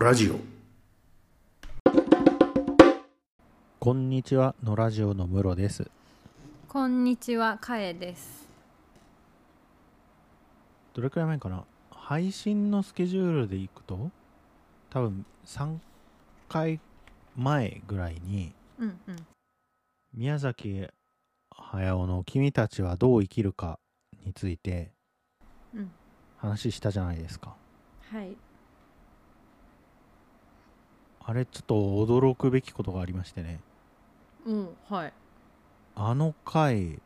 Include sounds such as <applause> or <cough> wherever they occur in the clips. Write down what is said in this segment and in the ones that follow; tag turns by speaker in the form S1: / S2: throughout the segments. S1: ラジオ
S2: こんにちは、のラジオのムロです。
S3: こんにちは、かえです。
S2: どれくらい前かな配信のスケジュールでいくと、多分3回前ぐらいに、
S3: うんうん。
S2: 宮崎駿の君たちはどう生きるかについて
S3: うん
S2: 話したじゃないですか。
S3: はい。
S2: あれ、ちょっと驚くべきことがありましてね。
S3: うん、はい。
S2: あの回、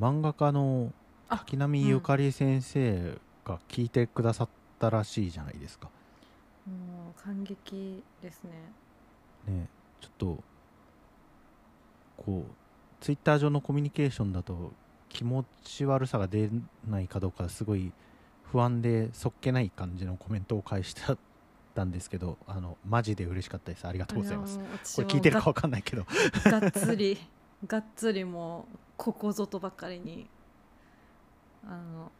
S2: 漫画家の
S3: あ
S2: 滝波ゆかり先生が聞いてくださったらしいじゃないですか。
S3: もう感激ですね。
S2: ねちょっとこうツイッター上のコミュニケーションだと気持ち悪さが出ないかどうかすごい不安でそっけない感じのコメントを返したんですけどあのマジで嬉しかったですありがとうございます
S3: あの。
S2: こ
S3: 私
S2: れ
S3: も
S2: 聞いてるかわかんないけど
S3: ががっつり、がっつりもうここぞとばかりに。あの。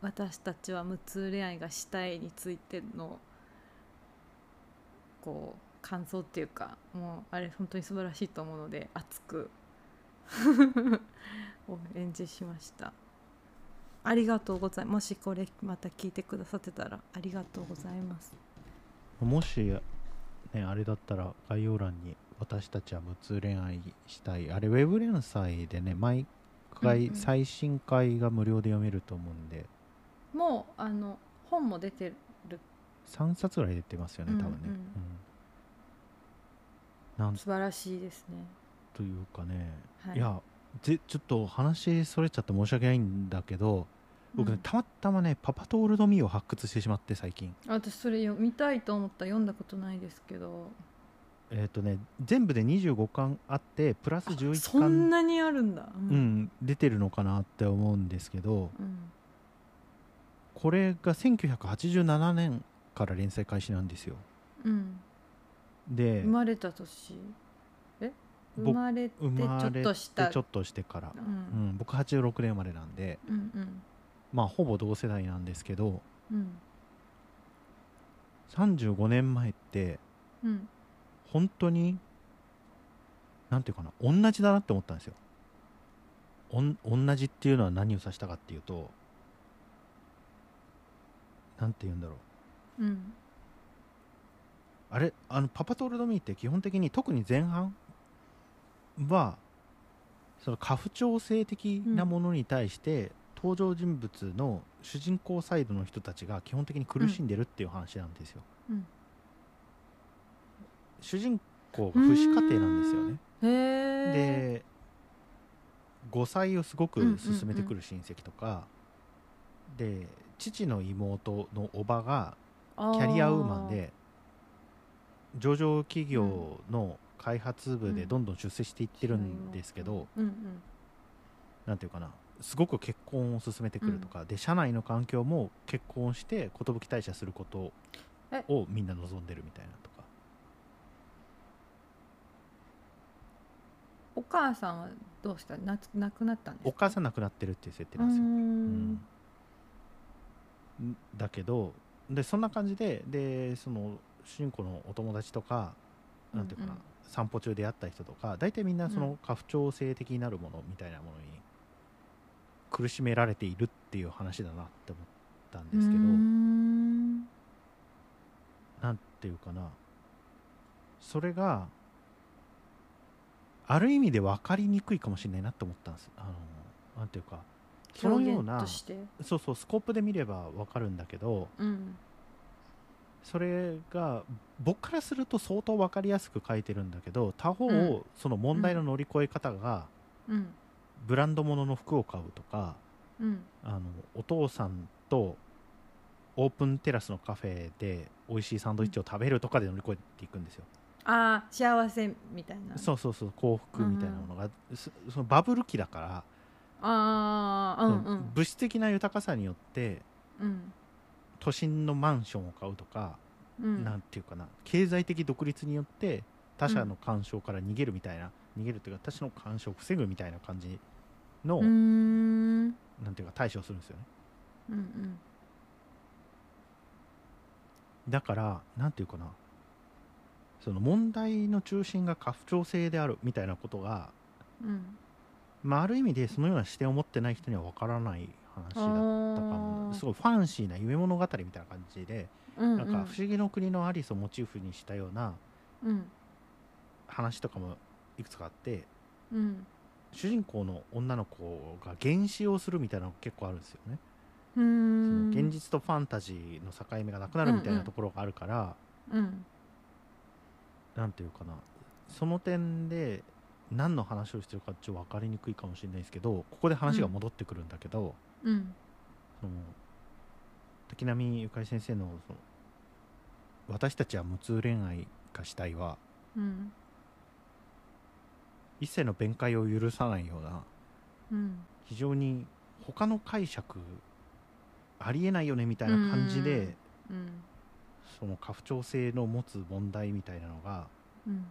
S3: 私たちは無痛恋愛がしたいについての。こう感想っていうか、もうあれ本当に素晴らしいと思うので、熱く。 <laughs> を演じしました。ありがとうございます。もしこれまた聞いてくださってたらありがとうございます。
S2: もし、ね、あれだったら概要欄に私たちは無痛恋愛したいあれウェブ連載でね毎
S3: うん
S2: 回
S3: うん
S2: 最新回が無料で読めると思うんで、
S3: もうあの本も出てる
S2: 3冊ぐらい出てますよね
S3: うん
S2: 多分ね、
S3: うん
S2: うんなん
S3: 素晴らしいですね。
S2: というかね、
S3: はい
S2: い、やぜちょっと話それちゃって申し訳ないんだけど僕ね、
S3: うん
S2: たまたまね「パパとオールド・ミー」を発掘してしまって最近
S3: 私それ読みたいと思ったら読んだことないですけど、
S2: えっ、とね全部で25巻あってプラス11
S3: そん
S2: 巻
S3: なにあるんだ。う
S2: う。ん、出てるのかなって思うんですけど
S3: うん
S2: これが1987年から連載開始なんですよ
S3: うん
S2: で
S3: 生まれた年。え？生
S2: 僕
S3: まれてち
S2: 生ま
S3: ょ
S2: れ
S3: ってとした。
S2: ちょっとしてから
S3: う、
S2: うんん、僕86年生まれなんで、
S3: うんうん
S2: まあほぼ同世代なんですけど
S3: うん
S2: 35年前って
S3: うん。
S2: 本当になんていうかな同じだなって思ったんですよおん同じっていうのは何を指したかっていうとなんて言うんだろう
S3: うん
S2: あれあのパパトールドミーって基本的に特に前半はその家父長制的なものに対して、登場人物の主人公サイドの人たちが基本的に苦しんでるっていう話なんですよ、
S3: うん
S2: 主人公が不死家庭なんですよね
S3: へえ。
S2: で5歳をすごく進めてくる親戚とか、で父の妹の叔母が
S3: キ
S2: キャリアウーマンで上場企業の開発部で
S3: うん
S2: どんどん出世していってるんですけど、
S3: うんうん
S2: なんていうかなすごく結婚を進めてくるとか、で社内の環境も結婚して寿退社すること
S3: え
S2: をみんな望んでるみたいなとか
S3: お母さんはどうしたなつ亡くなったんですか
S2: お母さん亡くなってるっていう設定なんですよ。
S3: ん
S2: うんだけどでそんな感じででその主人公のお友達とかなんていうかな、
S3: うんうん
S2: 散歩中で会った人とか大体みんなその家父長制的になるものみたいなものに苦しめられているっていう話だなって思ったんですけど、
S3: うん
S2: なんていうかなそれがある意味で分かりにくいかもしれないなと思ったんですあのなんていうかそのよう
S3: 表現
S2: な
S3: として
S2: そうそうスコープで見れば分かるんだけど
S3: うん
S2: それが僕からすると相当分かりやすく書いてるんだけど他方、
S3: うん
S2: その問題の乗り越え方が、
S3: うん
S2: ブランド物の服を買うとか
S3: うん
S2: あのお父さんとオープンテラスのカフェで美味しいサンドイッチを食べるとかで乗り越えていくんですよ、
S3: ああ幸せみたいな
S2: そうそうそう幸福みたいなものが、そそのバブル期だから、
S3: ああうんう
S2: その
S3: ん
S2: 物質的な豊かさによって
S3: うん
S2: 都心のマンションを買うとか、
S3: うん
S2: なんていうかな経済的独立によって他者の干渉から逃げるみたいな、逃げるというか他者の干渉を防ぐみたいな感じの、
S3: うーん
S2: なんていうか対処をするんですよね
S3: うんうん
S2: だからなんていうかなその問題の中心が家父長制であるみたいなことが、
S3: うん
S2: まあ、ある意味でそのような視点を持ってない人にはわからない話だったかも
S3: あー
S2: すごいファンシーな夢物語みたいな感じで、
S3: うん
S2: なんか「不思議の国のアリス」をモチーフにしたような
S3: うん
S2: 話とかもいくつかあって
S3: うん
S2: 主人公の女の子が幻視をするみたいなのが結構あるんですよね。
S3: う
S2: そ
S3: ー
S2: の
S3: ん
S2: 現実とファンタジーの境目がなくなるみたいなところがあるから、
S3: うん
S2: なんていうかなその点で何の話をしてるかちょっと分かりにくいかもしれないですけどここで話が戻ってくるんだけど、
S3: うん
S2: その滝波ゆかり先生のその「私たちは無痛恋愛がしたい」は
S3: うん
S2: 一切の弁解を許さないような
S3: うん
S2: 非常に他の解釈ありえないよねみたいな感じ
S3: う
S2: で
S3: んうん
S2: その家父長制の持つ問題みたいなのが
S3: うん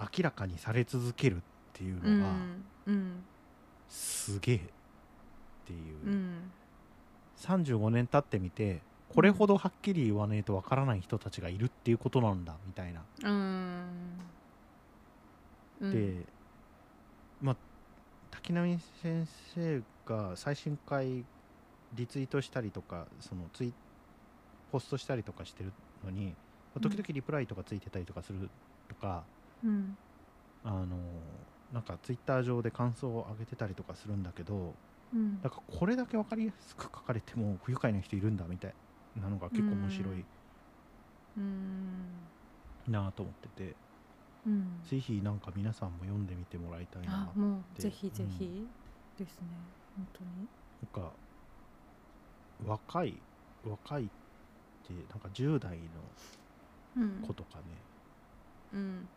S2: 明らかにされ続けるっていう
S3: う
S2: のが。
S3: んうん
S2: すげえっていう、
S3: うん
S2: 35年経ってみてこれほどはっきり言わねえとわからない人たちがいるっていうことなんだみたいな、
S3: うんうん
S2: でまあ滝波先生が最新回リツイートしたりとかそのツイポストしたりとかしてるのにまあ時々リプライとかついてたりとかするとか、
S3: うん
S2: あのなんかツイッター上で感想を上げてたりとかするんだけど
S3: うん
S2: なんかこれだけ分かりやすく書かれても不愉快な人いるんだみたいなのが結構面白い
S3: うん
S2: なと思ってて、
S3: うん
S2: ぜひなんか皆さんも読んでみてもらいたい
S3: あ
S2: ななん
S3: もう
S2: て
S3: ぜひぜ
S2: う
S3: ひですね、本当に
S2: か若い若いってなんか10代
S3: うん
S2: の子とかね、
S3: うん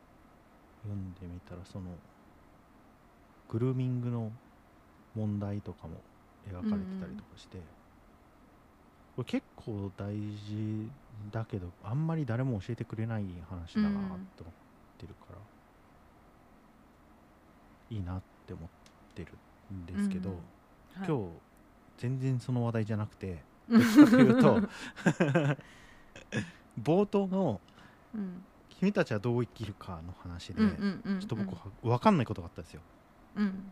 S2: 読んでみたらそのグルーミングの問題とかも描かれてたりとかして、これ結構大事だけどあんまり誰も教えてくれない話だなと思ってるから、いいなって思ってるんですけど、
S3: うんは
S2: 今
S3: い
S2: 日全然その話題じゃなく
S3: <laughs>
S2: て
S3: うん
S2: どっちかというと <laughs> 冒頭の
S3: うん
S2: 「君たちはどう生きるか」の話で。
S3: うんうんうんうん
S2: ちょっと僕は分かんないことがあったんですよ。
S3: うん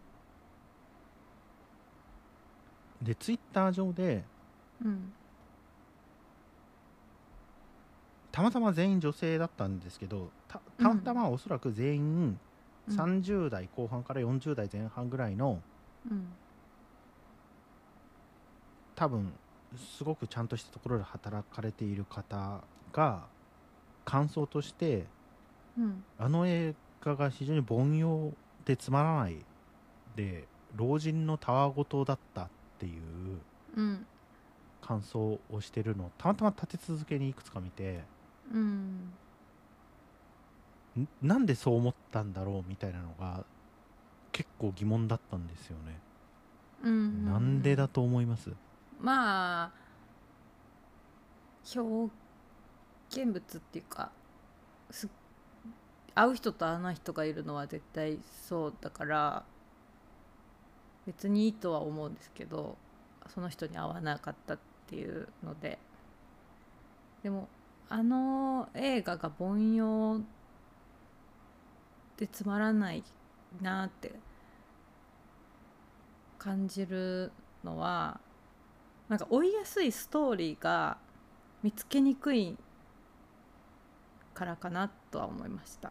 S2: で、ツイッター上で、
S3: うん
S2: たまたま全員女性だったんですけど、たたまたまおそらく全員
S3: うん
S2: 30代後半から40代前半ぐらいの、
S3: うん
S2: 多分すごくちゃんとしたところで働かれている方が、感想として、
S3: うん
S2: あの映画が非常に凡庸でつまらないで、老人のたわごとだったっていう
S3: うん
S2: 感想をしてるのを、たまたま立て続けにいくつか見て、
S3: うん
S2: んなんでそう思ったんだろうみたいなのが結構疑問だったんですよね、
S3: うん
S2: なんでだと思います
S3: まあ表現物っていうかす会う人と会わない人がいるのは絶対そうだから別にいいとは思うんですけどその人に会わなかったっていうのででもあの映画が凡庸でつまらないなって感じるのはなんか追いやすいストーリーが見つけにくいからかなとは思いました。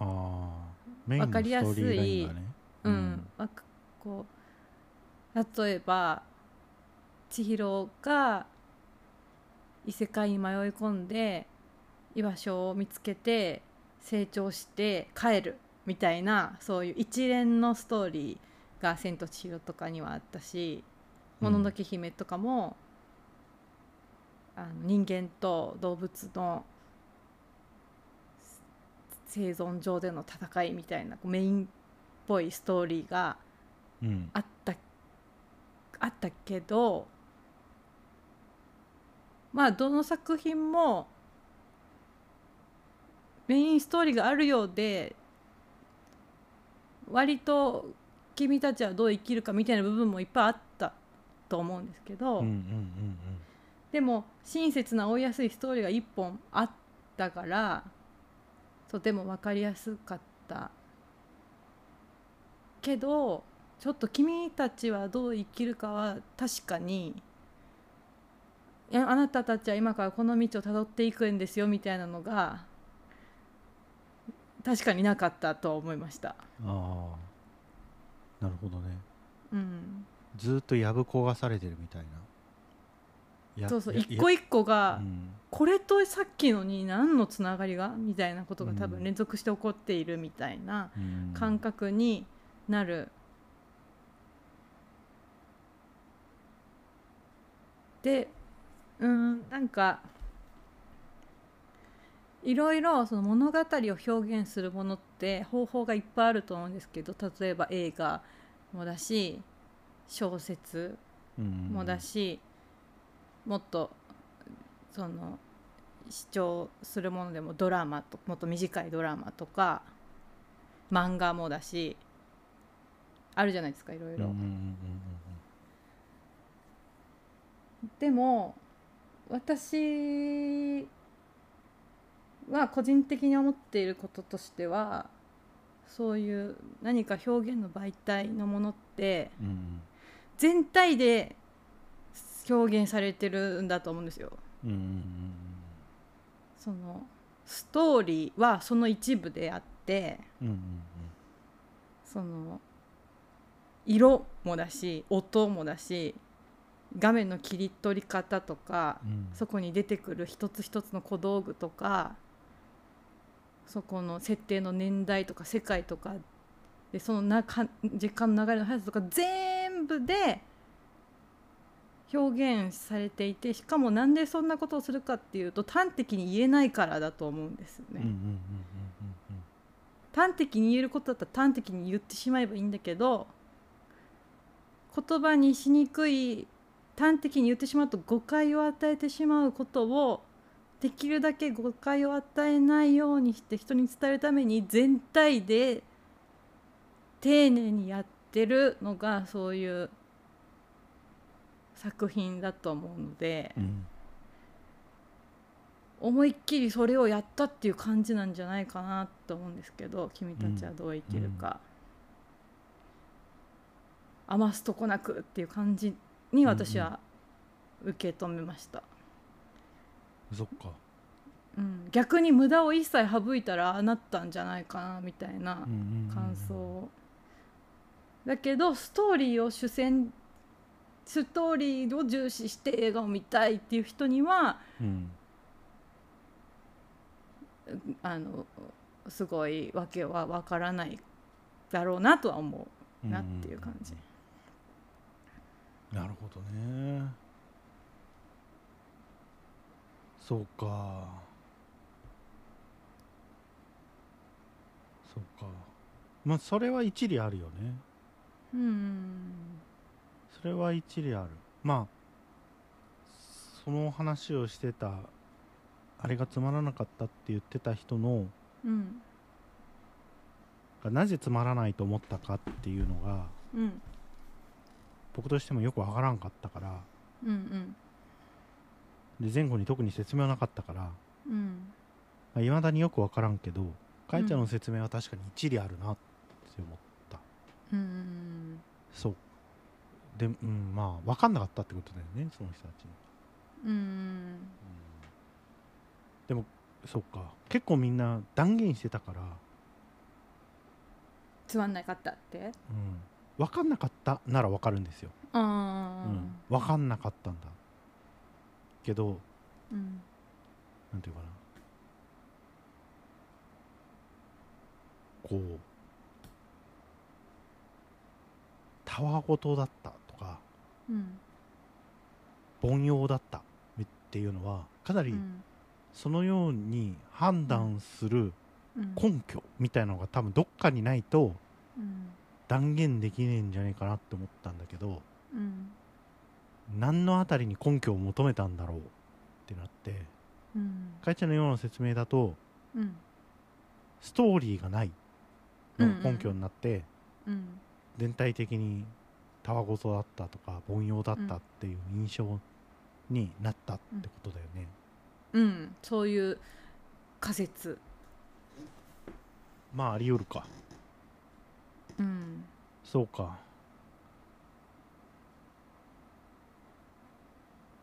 S2: ああメインのストーリーラインがね
S3: うんわかこう例えば千尋が異世界に迷い込んで居場所を見つけて成長して帰るみたいなそういう一連のストーリーが「千と千尋」とかにはあったし「
S2: うん
S3: もののけ姫」とかも、あの人間と動物の生存上での戦いみたいなこうメインっぽいストーリーが
S2: うん
S3: あったあったけどまあどの作品もメインストーリーがあるようで割と君たちはどう生きるかみたいな部分もいっぱいあったと思うんですけど、
S2: うんうんうん
S3: でも親切な追いやすいストーリーが1本あったからとても分かりやすかったけどちょっと君たちはどう生きるかは確かにいやあなたたちは今からこの道をたどっていくんですよみたいなのが確かになかったと思いました。
S2: ああなるほどね
S3: うん、
S2: ずっとやぶ焦がされてるみたいなや
S3: そうそう
S2: や
S3: 一個一個
S2: や
S3: が
S2: うん
S3: これとさっきのに何のつながりがみたいなことが多
S2: う
S3: 分
S2: ん
S3: 連続して起こっているみたいな
S2: うん
S3: 感覚になる。でうんなんかいろいろその物語を表現するものって方法がいっぱいあると思うんですけど例えば映画もだし小説
S2: うん
S3: もだし、もっとその視聴するものでもドラマともっと短いドラマとか漫画もだしあるじゃないですかいろい
S2: うんうん
S3: ろ、
S2: うんうん
S3: でも私は個人的に思っていることとしてはそういう何か表現の媒体のものって
S2: うんうん
S3: 全体で表現されてるんだと思うんですよ。
S2: うんうんうん
S3: そのストーリーはその一部であって
S2: うんうんうん
S3: その色もだし音もだし画面の切り取り方とか
S2: うんうん
S3: そこに出てくる一つ一つの小道具とかそこの設定の年代とか世界とかでその中時間の流れの速さとか全部で表現されていてしかもなんでそんなことをするかっていうと端的に言えないからだと思うんですよ
S2: う
S3: ね。
S2: んうんうんうんうん
S3: 端的に言えることだったら端的に言ってしまえばいいんだけど言葉にしにくい端的に言ってしまうと誤解を与えてしまうことをできるだけ誤解を与えないようにして人に伝えるために全体で丁寧にやってるのがそういう作品だと思うので。
S2: うん
S3: 思いっきりそれをやったっていう感じなんじゃないかなと思うんですけど君たちはどう生きるか、余すとこなくっていう感じに私は受け止めました、
S2: そっか
S3: うん逆に無駄を一切省いたらああなったんじゃないかなみたいな
S2: うんうんうんうん
S3: 感想、だけどストーリーを主戦ストーリーを重視して映画を見たいっていう人には
S2: うん
S3: あのすごいわけはわからないだろうなとは思うなっていう感じ、
S2: なるほどねそうかそうかまあそれは一理あるよね
S3: うん
S2: それは一理あるまあその話をしてたあれがつまらなかったって言ってた人の
S3: うんうん
S2: がなぜつまらないと思ったかっていうのが
S3: うん
S2: 僕としてもよくわからんかったから
S3: うんうん
S2: で前後に特に説明はなかったから
S3: うん
S2: いまあ、未だによく分からんけどかいちゃんの説明は確かに一理あるなって思っ
S3: うんうん
S2: そうでうんまあ分かんなかったってことだよねその人たちに、
S3: うん
S2: でもそうか結構みんな断言してたから、
S3: つまんなかったって
S2: うん、分かんなかったなら分かるんですよ、う
S3: あ
S2: ん、分かんなかったんだけど
S3: ーうん
S2: なんていうかなこうたわごとだったとか
S3: うん
S2: 凡庸だったっていうのはかな
S3: う
S2: り
S3: ん
S2: そのように判断する
S3: うん
S2: 根拠みたいなのが多分どっかにないと
S3: うん
S2: 断言できねえんじゃねえかなって思ったんだけど
S3: うん
S2: 何のあたりに根拠を求めたんだろうってなって
S3: うん
S2: 会社のような説明だと
S3: うん
S2: ストーリーがないのが根拠になって、
S3: うん
S2: 全体的にたわごとだったとか凡庸だったっていう印象になったってことだよね。
S3: うんそういう仮説
S2: まああり得るか。
S3: うん
S2: そうか。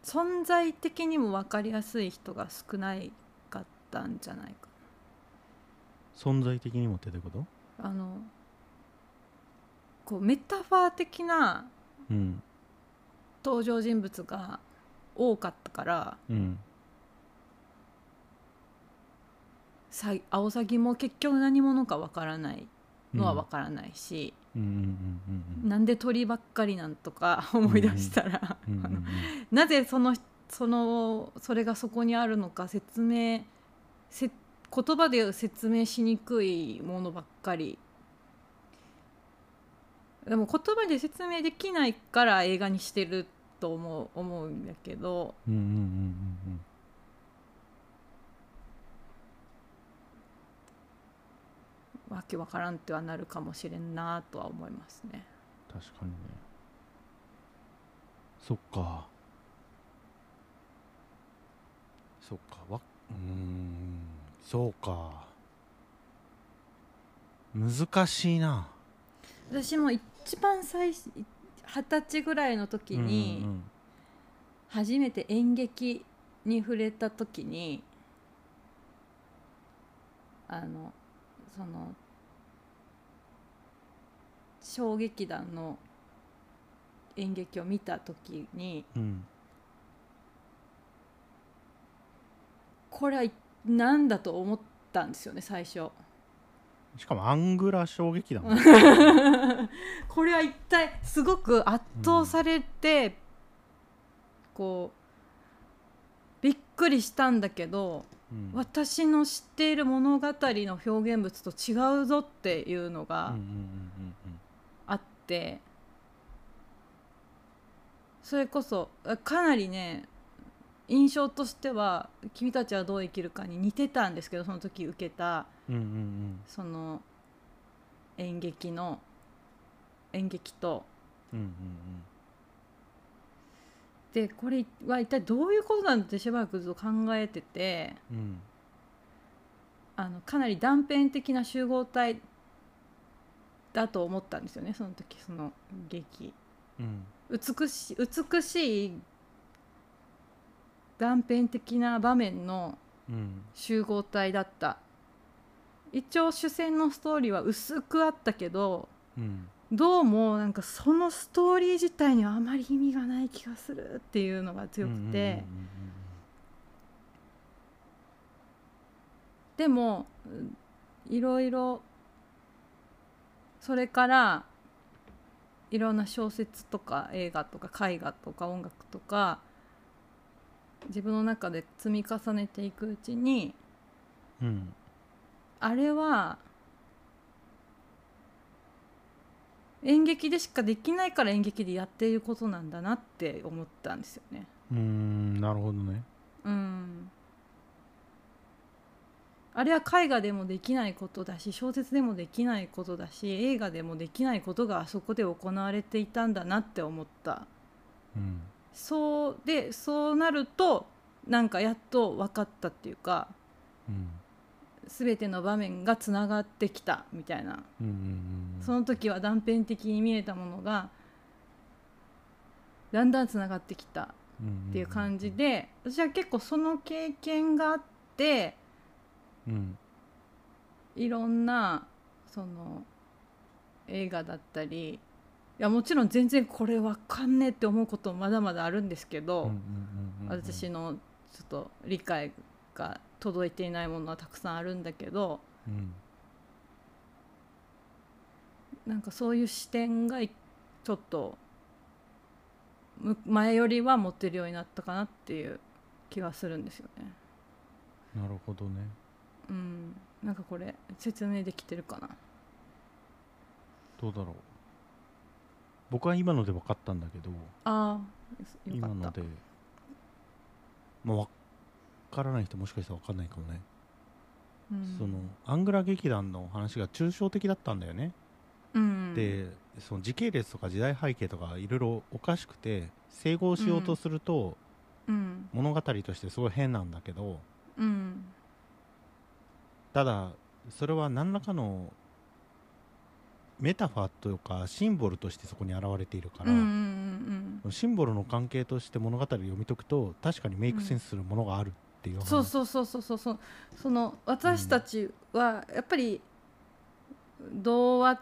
S3: 存在的にも分かりやすい人が少ないかったんじゃないか
S2: 存在的にもってどういうこと
S3: あのこうメタファー的な
S2: うん。
S3: 登場人物が多かったから
S2: うん。
S3: さアオサギも結局何者か分からないのは分からないし、
S2: うんうんうん
S3: なんで鳥ばっかりなんとか思い出したら、
S2: うんうん。うんう
S3: あ
S2: んう
S3: の
S2: ん
S3: なぜそのそのそれがそこにあるのか説明せ言葉で説明しにくいものばっかりでも言葉で説明できないから映画にしてると思う思うんだけど
S2: うんうんうん
S3: わけわからんってはなるかもしれんなとは思いますね。
S2: 確かにねそっかそっかわうーんそうか難しいな
S3: 私も一番最初い二十歳ぐらいの時
S2: うんう
S3: に
S2: ん
S3: 初めて演劇に触れた時にあのその小劇団の演劇を見た時に
S2: うんうん
S3: これは何だと思ったんですよね最初。 <laughs>
S2: しかもアングラ衝撃だもん
S3: これは一体すごく圧倒されて、こうびっくりしたんだけど
S2: うん
S3: 私の知っている物語の表現物と違うぞっていうの
S2: うん
S3: が
S2: うんうんうん
S3: あって、それこそあかなりね印象としては「君たちはどう生きるか」に似てたんですけどその時受けた
S2: うんうんうん
S3: その演劇の演劇と
S2: うんうん
S3: でこれは一体どういうことなんだってしばらくずっと考えてて
S2: うんうん
S3: あのかなり断片的な集合体だと思ったんですよねその時その劇
S2: うん
S3: 美しい美しい断片的な場面の
S2: うん
S3: 集合体だった一応主戦のストーリーは薄くあったけど
S2: うん
S3: どうもなんかそのストーリー自体にはあまり意味がない気がするっていうのが強くて。
S2: うん
S3: でもうんいろいろそれからいろんな小説とか映画とか絵画とか音楽とか自分の中で積み重ねていくうちに
S2: うんうん
S3: あれは演劇でしかできないから演劇でやっていることなんだなって思ったんですよね。
S2: うんうんなるほどね
S3: うんあれは絵画でもできないことだし小説でもできないことだし映画でもできないことがあそこで行われていたんだなって思った
S2: うん
S3: そうでそうなるとなんかやっと分かったっていうか
S2: うん
S3: 全ての場面がつながってきたみたいな
S2: うんうんうん
S3: その時は断片的に見えたものがだんだんつながってきた
S2: っ
S3: っていう感じ、で私は結構その経験があって
S2: うん
S3: いろんなその映画だったりいやもちろん全然これわかんねえって思うこともまだまだあるんですけど、
S2: うんうんうんうんうん、
S3: 私のちょっと理解が届いていないものはたくさんあるんだけど
S2: うん
S3: なんかそういう視点がいちょっとむ前よりは持てるようになったかなっていう気がするんですよね。
S2: なるほどね
S3: うん、なんかこれ説明できてるかな
S2: どうだろう僕は今ので分かったんだけど
S3: ああよ
S2: 今
S3: か
S2: の
S3: っ
S2: で
S3: た
S2: まあ分からない人もしかしたら分かんないかもね、
S3: うん
S2: そのアングラ劇団の話が抽象的だったんだよね、
S3: うん
S2: でその時系列とか時代背景とかいろいろおかしくて整合しようとすると、
S3: ううん
S2: 物語としてすごい変なんだけど
S3: うん
S2: ただそれは何らかのメタファーというかシンボルとしてそこに現れているか
S3: うんう
S2: ら、
S3: んうん
S2: シンボルの関係として物語を読み解くと確かにメイクセンスするものがあるっていう
S3: うん
S2: 話、
S3: そうそうそうそうそうそうその私たちはやっぱり童話、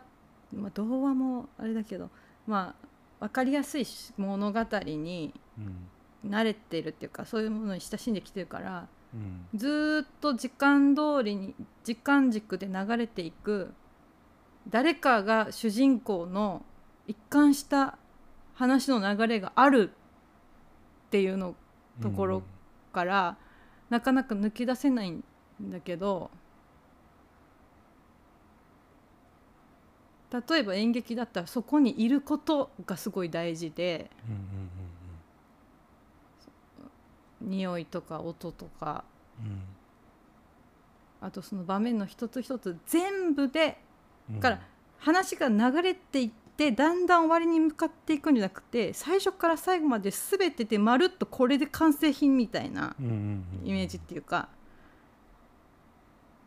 S3: まあ、童話もあれだけどまあ分かりやすいし物語に
S2: うん
S3: 慣れてるっていうかそういうものに親しんできてるから
S2: うん
S3: ずーっと時間通りに時間軸で流れていく誰かが主人公の一貫した話の流れがあるっていうのところからなかなか抜け出せないんだけど例えば演劇だったらそこにいることがすごい大事で
S2: うんうん
S3: 匂いとか音とか
S2: うんうん
S3: あとその場面の一つ一つ全部で
S2: うんうん
S3: から話が流れていってだんだん終わりに向かっていくんじゃなくて最初から最後まで全てでまるっとこれで完成品みたいな
S2: うんうんうんうん
S3: イメージっていうか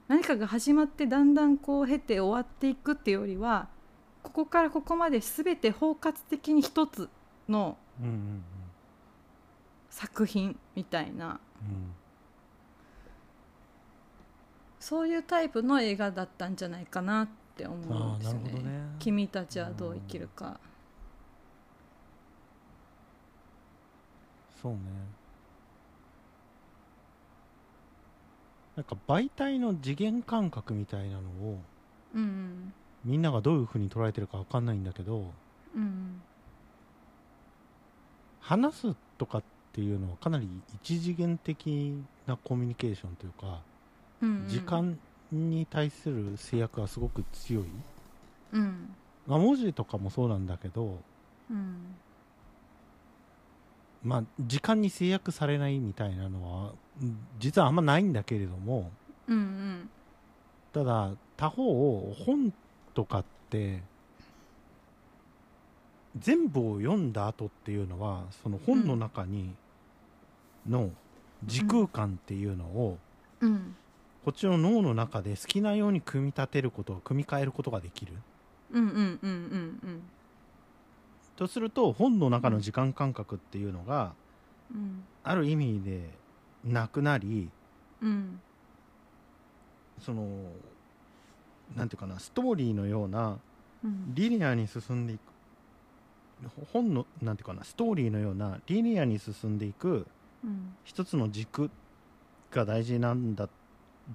S3: 何かが始まってだんだんこう経て終わっていくっていうよりはここからここまで全て包括的に一つの
S2: うんうんうん
S3: 作品みたいな
S2: うん
S3: そういうタイプの映画だったんじゃないかなって思うんですよ
S2: あーなるほどね
S3: 君たちはどう生きるか。
S2: そうねなんか媒体の次元感覚みたいなのを
S3: うん
S2: みんながどういうふうに捉えてるかわかんないんだけど
S3: うんうん
S2: 話すとかっていうのはかなり一次元的なコミュニケーションというか、
S3: うんうん
S2: 時間に対する制約がすごく強い、
S3: うん
S2: まあ、文字とかもそうなんだけど、
S3: うん
S2: まあ、時間に制約されないみたいなのはうん実はあんまないんだけれども
S3: うんうん
S2: ただ他方本とかって全部を読んだ後っていうのはその本の中にの時空間っていうのを、
S3: うん
S2: こっちの脳の中で好きなように組み立てること組み替えることができる
S3: うんうんうんうん
S2: とすると本の中の時間感覚っていうのが
S3: うん
S2: ある意味でなくなり
S3: うん
S2: そのなんていうかなストーリーのような
S3: うん
S2: リニアに進んでいく本のなんていうかなストーリーのようなリニアに進んでいく
S3: うん
S2: 一つの軸が大事なんだ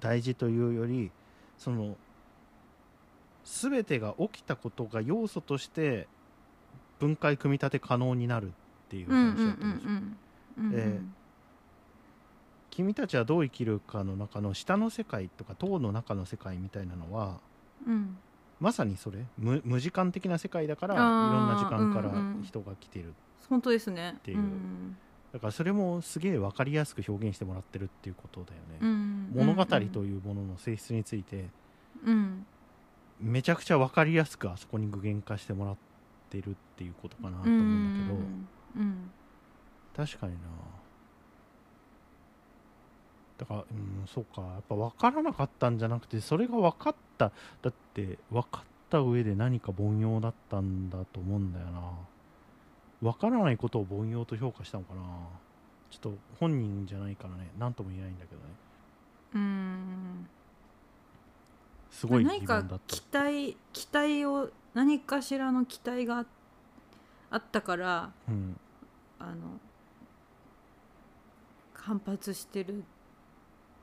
S2: 大事というよりその全てが起きたことが要素として分解組み立て可能になるっていう
S3: うん
S2: 話
S3: うん
S2: だと思うんですよ
S3: うんうんうん
S2: え君たちはどう生きるかの中の下の世界とか塔の中の世界みたいなのは
S3: うん
S2: まさにそれ無無時間的な世界だからい
S3: あ
S2: ろ
S3: ー
S2: んな時間か
S3: うんう
S2: ら
S3: ん
S2: 人が来てる、
S3: 本当ですね
S2: ていう
S3: うん
S2: だからそれもすげえ分かりやすく表現してもらってるっていうことだよね、
S3: うん
S2: 物語というものの性質について
S3: うん
S2: めちゃくちゃ分かりやすくあそこに具現化してもらってるっていうことかなと
S3: う
S2: 思
S3: ん
S2: うんだけど、
S3: うん
S2: 確かになだからうんそうかやっぱ分からなかったんじゃなくてそれが分かっただって分かった上で何か凡庸だったんだと思うんだよな分からないことを凡庸と評価したのかなちょっと本人じゃないからね何とも言えないんだけどね
S3: うん
S2: すごい疑
S3: 何
S2: 問だ
S3: か
S2: った
S3: 期待期待を何かしらの期待があったから
S2: うん
S3: あの反発してる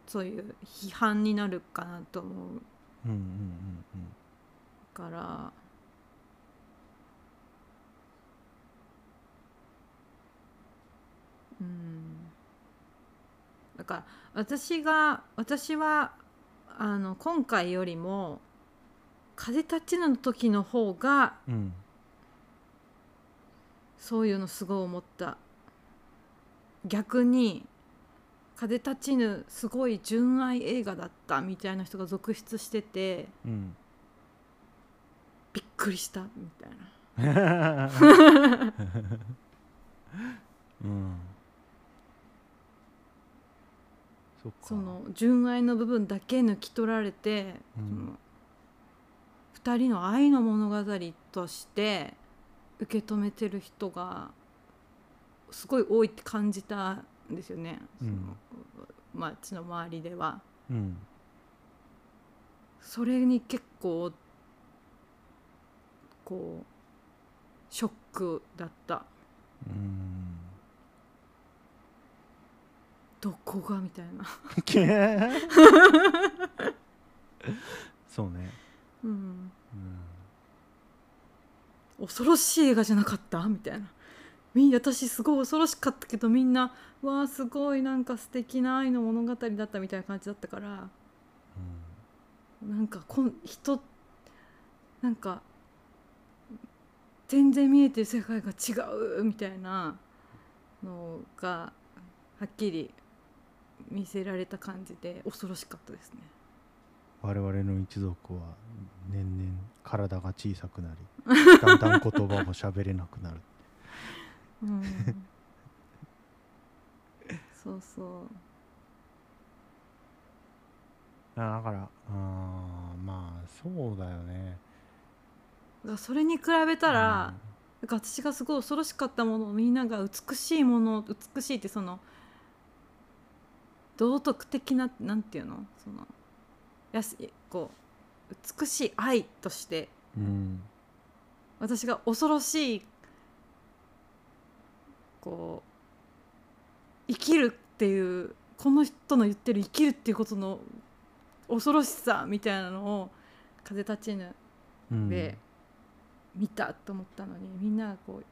S3: そういう批判になるかなと思う
S2: うんうんうんうん
S3: からうんだから私が私はあの今回よりも「風立ちぬ」の時の方が
S2: うん
S3: そういうのすごい思った逆に「風立ちぬ」すごい純愛映画だったみたいな人が続出してて
S2: うん
S3: びっくりしたみたいな
S2: うんそっか
S3: その純愛の部分だけ抜き取られて、
S2: うん
S3: その二人の愛の物語として受け止めてる人がすごい多いって感じたんですよね、
S2: うん
S3: そのまあうちの周りでは。
S2: うん
S3: それに結構こうショックだった
S2: うん
S3: どこがみたいな、
S2: <laughs> そうね、
S3: うん、
S2: うん、
S3: 恐ろしい映画じゃなかったみたいなみんな私すごい恐ろしかったけどみんなうわあすごいなんか素敵な愛の物語だったみたいな感じだったからなんかこん人なんか全然見えてる世界が違うみたいなのがはっきり見せられた感じで恐ろしかったですね。
S2: 我々の一族は年々体が小さくなりだんだん言葉も喋れなくなる
S3: うんそうそう
S2: <laughs> あだからあーまあそうだよね
S3: だからそれに比べたら、なんか私がすごい恐ろしかったものをみんなが美しいもの美しいってその道徳的ななんていうのそのやすこう美しい愛として
S2: うん、
S3: 私が恐ろしいこう生きるっていうこの人の言ってる生きるっていうことの恐ろしさみたいなのを「風立ちぬ」
S2: うん、
S3: で見たと思ったのにみんながこう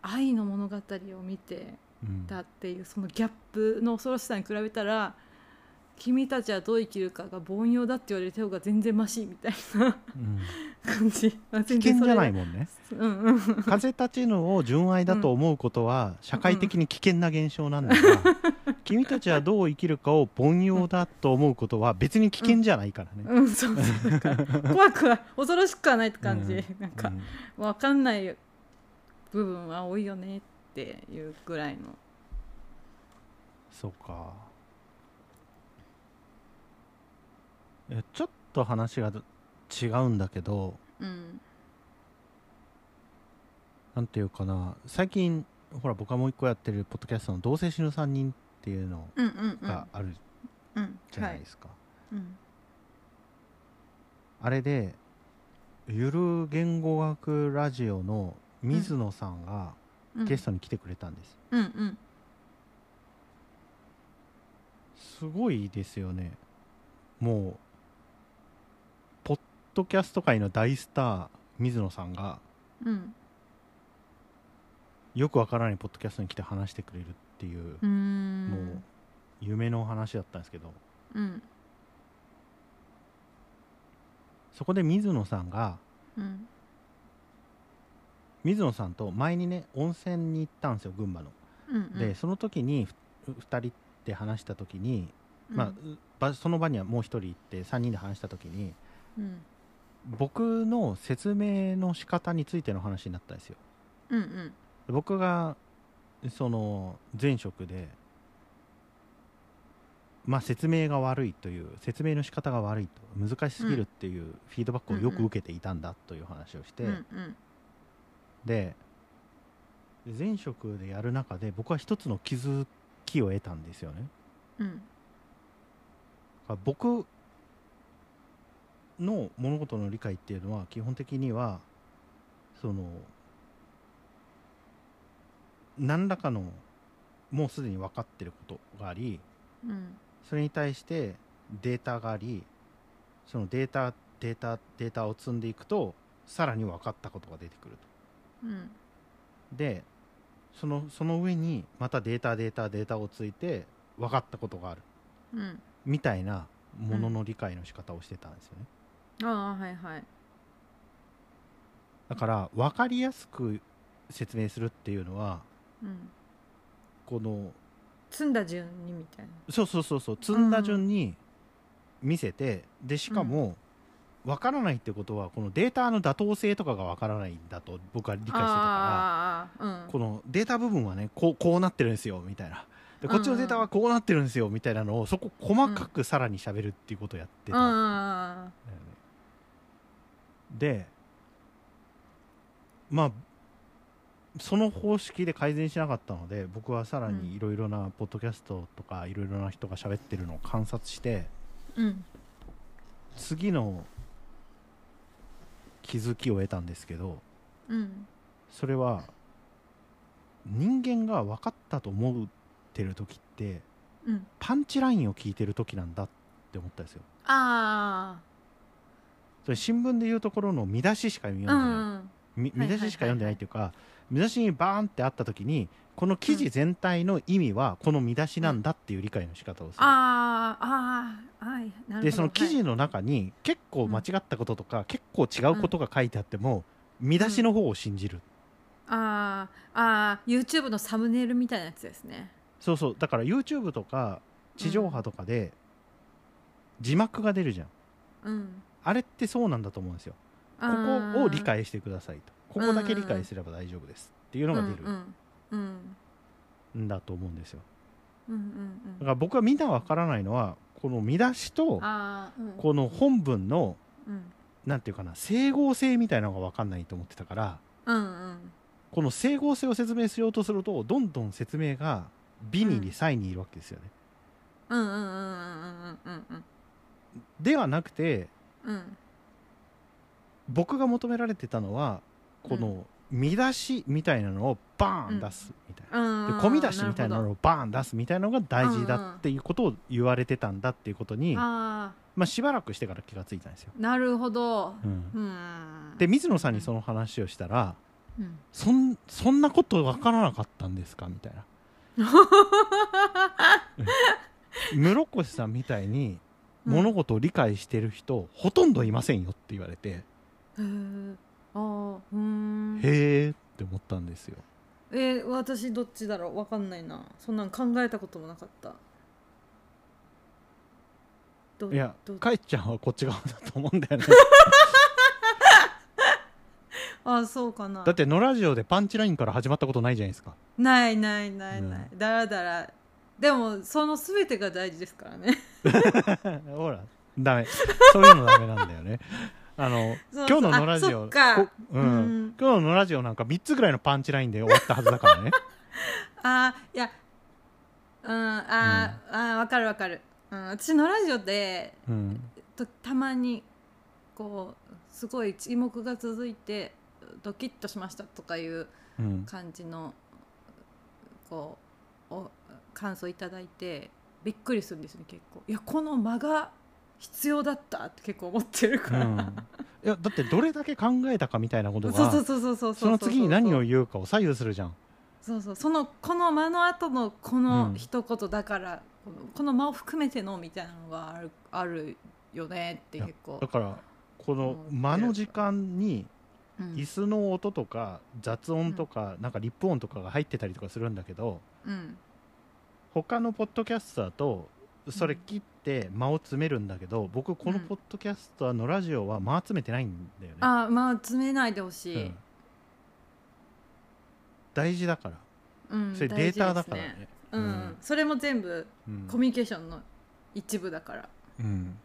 S3: 愛の物語を見て
S2: うん、
S3: たっていうそのギャップの恐ろしさに比べたら君たちはどう生きるかが凡庸だって言われる方が全然マシみたいな
S2: うん
S3: 感じ
S2: 危
S3: 危
S2: 険じゃないもんね
S3: うんうん
S2: 風立ちぬを純愛だと思うことは社会的に危険な現象なんだが、 <laughs> 君たちはどう生きるかを凡庸だと思うことは別に危険じゃないからね、
S3: うんそうそうなんか怖くは恐ろしくはないって感じ、
S2: うん
S3: なんか分かんない部分は多いよねっていうぐらいの
S2: そうかえちょっと話が違うんだけど
S3: うん
S2: なんていうかな最近ほら僕がもう一個やってるポッドキャストの「どうせ死ぬ3人」っていうの
S3: うんうんうん
S2: がある
S3: うん
S2: じゃないですか、
S3: はいうん
S2: あれでゆる言語学ラジオの水野さんが
S3: うん
S2: ゲストに来てくれたんです、
S3: うんうん
S2: すごいですよねもうポッドキャスト界の大スター水野さんが
S3: うん
S2: よくわからないポッドキャストに来て話してくれるっていう、
S3: うー
S2: も
S3: ん
S2: う夢の話だったんですけど
S3: うん
S2: そこで水野さんが
S3: うん
S2: 水野さんと前にね温泉に行ったんですよ群馬の。
S3: うん
S2: でその時に2人で話した時に、まあう場その場にはもう1人行って3人で話した時に
S3: うん
S2: 僕の説明の仕方についての話になったんですよ。
S3: うんうん
S2: で僕がその前職でまあ説明が悪いという説明の仕方が悪いと難しすぎるっていうフィードバックをよく受けていたんだという話をして、
S3: うんうん
S2: でで前職でやる中で僕は一つの気づきを得たんですよね。
S3: うん
S2: だから僕の物事の理解っていうのは基本的にはその何らかのもうすでに分かってることがあり
S3: うん
S2: それに対してデータがありそのデータデータデータを積んでいくとさらに分かったことが出てくると。
S3: うん
S2: でそのその上にまたデータデータデータをついて分かったことがある
S3: うん
S2: みたいなものの理解の仕方をしてたんですよね、
S3: ああはいはい
S2: だから分かりやすく説明するっていうのは
S3: うん
S2: この
S3: 積んだ順にみたいな
S2: そうそうそうそう積んだ順に見せて、でしかも分からないってことはこのデータの妥当性とかが分からないんだと僕は理解してたから
S3: ああああうん
S2: このデータ部分はねこうこうなってるんですよみたいなでこっちのデータはこうなってるんですよみたいなのをそこ細かくさらに喋るっていうことをやってたんだよね、
S3: あ
S2: でまあその方式で改善しなかったので僕はさら
S3: うん
S2: にいろいろなポッドキャストとかいろいろな人が喋ってるのを観察して
S3: ーうん
S2: 次の気づきを得たんですけど
S3: うん
S2: それは人間が分かったと思ってる時って
S3: うん
S2: パンチラインを聞いてる時なんだって思ったんですよ。
S3: あ
S2: それ新聞でいうところの見出ししか読ん
S3: ー
S2: で
S3: う
S2: ない、
S3: ん
S2: み
S3: はいは
S2: 見
S3: い
S2: 出ししか読んでないっていうか、見出しにバーンってあった時にこの記事全体の意味はこの見出しなんだっていう理解の仕方をする、
S3: あーあーはいなるほど
S2: でその記
S3: は
S2: 事
S3: い
S2: の中に結構間違ったこととか、結構違うことが書いてあっても、見出しの方を信じる、
S3: あーあー YouTube のサムネイルみたいなやつですね
S2: そうそうだから YouTube とか地上波とかで字幕が出るじゃん
S3: うん
S2: あれってそうなんだと思うんですよここを理解してくださいとここだけ理解すれば大丈夫ですっていうの
S3: の
S2: が出る
S3: うんうん
S2: んだと思うんですよ
S3: うんうん
S2: だ
S3: う
S2: か
S3: ん
S2: ら僕はみんなわからないのはこの見出しと
S3: あーうん
S2: この本文の
S3: うん
S2: なんていうかな整合性みたいなのがわかんないと思ってたから
S3: うんうん
S2: この整合性を説明しようとするとどんどん説明が美に
S3: うん
S2: にサイにいるわけですよね、
S3: うんうんうんうんうんうん
S2: ではなくて
S3: うん
S2: 僕が求められてたのはこの見出しみたいなのをバーン出すみたいな、
S3: うんうん
S2: で込み出しみたいな
S3: る
S2: のをバーン出すみたいなのが大事だっていうことを言われてたんだっていうことに、
S3: ほどあ
S2: まあ、しばらくしてから気がついたんですよ、
S3: あなるほど
S2: うん
S3: うん
S2: で水野さんにその話をしたら、
S3: うん
S2: そんそんなことわからなかったんですかみたい
S3: <laughs>
S2: なうん室越さんみたいに
S3: うん
S2: 物事を理解してる人、ほとんどいませんよって言われて、
S3: へーあーうーん
S2: へえって思ったんですよ
S3: えー私どっちだろうわかんないなそんなん考えたこともなかったど
S2: いや
S3: ど
S2: かえちゃんはこっち側だと思うんだ
S3: <laughs>
S2: よね
S3: あーそうかな
S2: だって野ラジオでパンチラインから始まったことないじゃないです
S3: <laughs>
S2: か
S3: ないないないない、だらだらでもその全てが大事ですからね
S2: ほらダメそういうのダメなんだよね <laughs> あの
S3: そう
S2: 今日の
S3: あ
S2: 野ラジオ
S3: そっか
S2: こうん
S3: うん
S2: 今日の野ラジオなんか3つぐらいのパンチラインで終わったはずだからね
S3: あーいやうんあー、あーわかるわかる、うん、私のラジオで
S2: うん
S3: とたまにこうすごい沈黙が続いてドキッとしましたとかいう
S2: うん
S3: 感じのこうお感想いただいてびっくりするんですよね結構いやこの間が必要だったって結構思ってるから、 <laughs>
S2: いやだってどれだけ考えたかみたいなことが
S3: そうそうそうそうそうう
S2: その次に何を言うかを左右するじゃん
S3: そうそうそのこの間の後のこ
S2: う
S3: の
S2: ん
S3: 一言だから、このこの間を含めてのみたいなのがあるあるよねって結構
S2: だからこの
S3: うん
S2: 間の時間に
S3: うん
S2: 椅子の音とか雑音とかなんかリップ音とかが入ってたりとかするんだけど
S3: うん
S2: 他のポッドキャスターとそれ切って間を詰めるんだけど僕このポッドキャスターのラジオは間詰めてないんだよね、
S3: あまあ詰めないでほし
S2: う
S3: い、
S2: ん大事だから
S3: うん
S2: それデータだから
S3: 大事
S2: ね
S3: ですうん、それも全部
S2: うん
S3: コミュニケーションの一部だから
S2: うん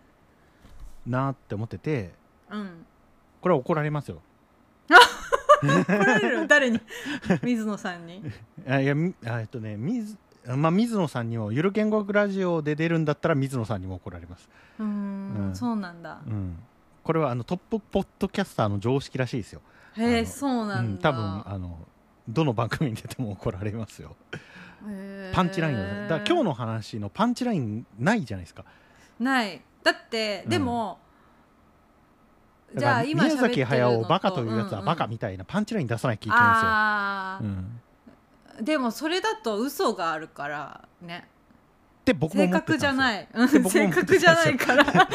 S2: なーって思ってて <laughs>
S3: うん
S2: これは怒られますよ
S3: 怒られる誰に水野さんに
S2: あいやみあえっとね水まあ、水野さんにもゆる言語学ラジオで出るんだったら水野さんにも怒られます、
S3: うーん
S2: うん
S3: そうなんだ
S2: うん、これはあのトップポッドキャスターの常識らしいですよ、
S3: へ
S2: あ
S3: え
S2: の
S3: そう
S2: う
S3: なん
S2: ん、
S3: だ、
S2: 多分あのどの番組に出ても怒られますよ
S3: へえ
S2: パンチラインがだから今日の話のパンチラインないじゃないですか
S3: ないだって
S2: うん
S3: でも、
S2: だ
S3: じ
S2: か
S3: ゃ
S2: ら
S3: あ今
S2: 宮崎駿をバカと
S3: 喋っ
S2: い
S3: てる
S2: う
S3: の
S2: やつはバカみたいなパンチライン出さなきゃいけな
S3: あ
S2: いんですよ、うん、
S3: ー、でもそれだと嘘があるからね
S2: って僕も
S3: 正
S2: 思ってたん
S3: 確
S2: です
S3: じ
S2: よ
S3: ゃない
S2: て
S3: う
S2: 僕
S3: ん
S2: も
S3: 正
S2: 思ってたんですよ
S3: 確じゃないから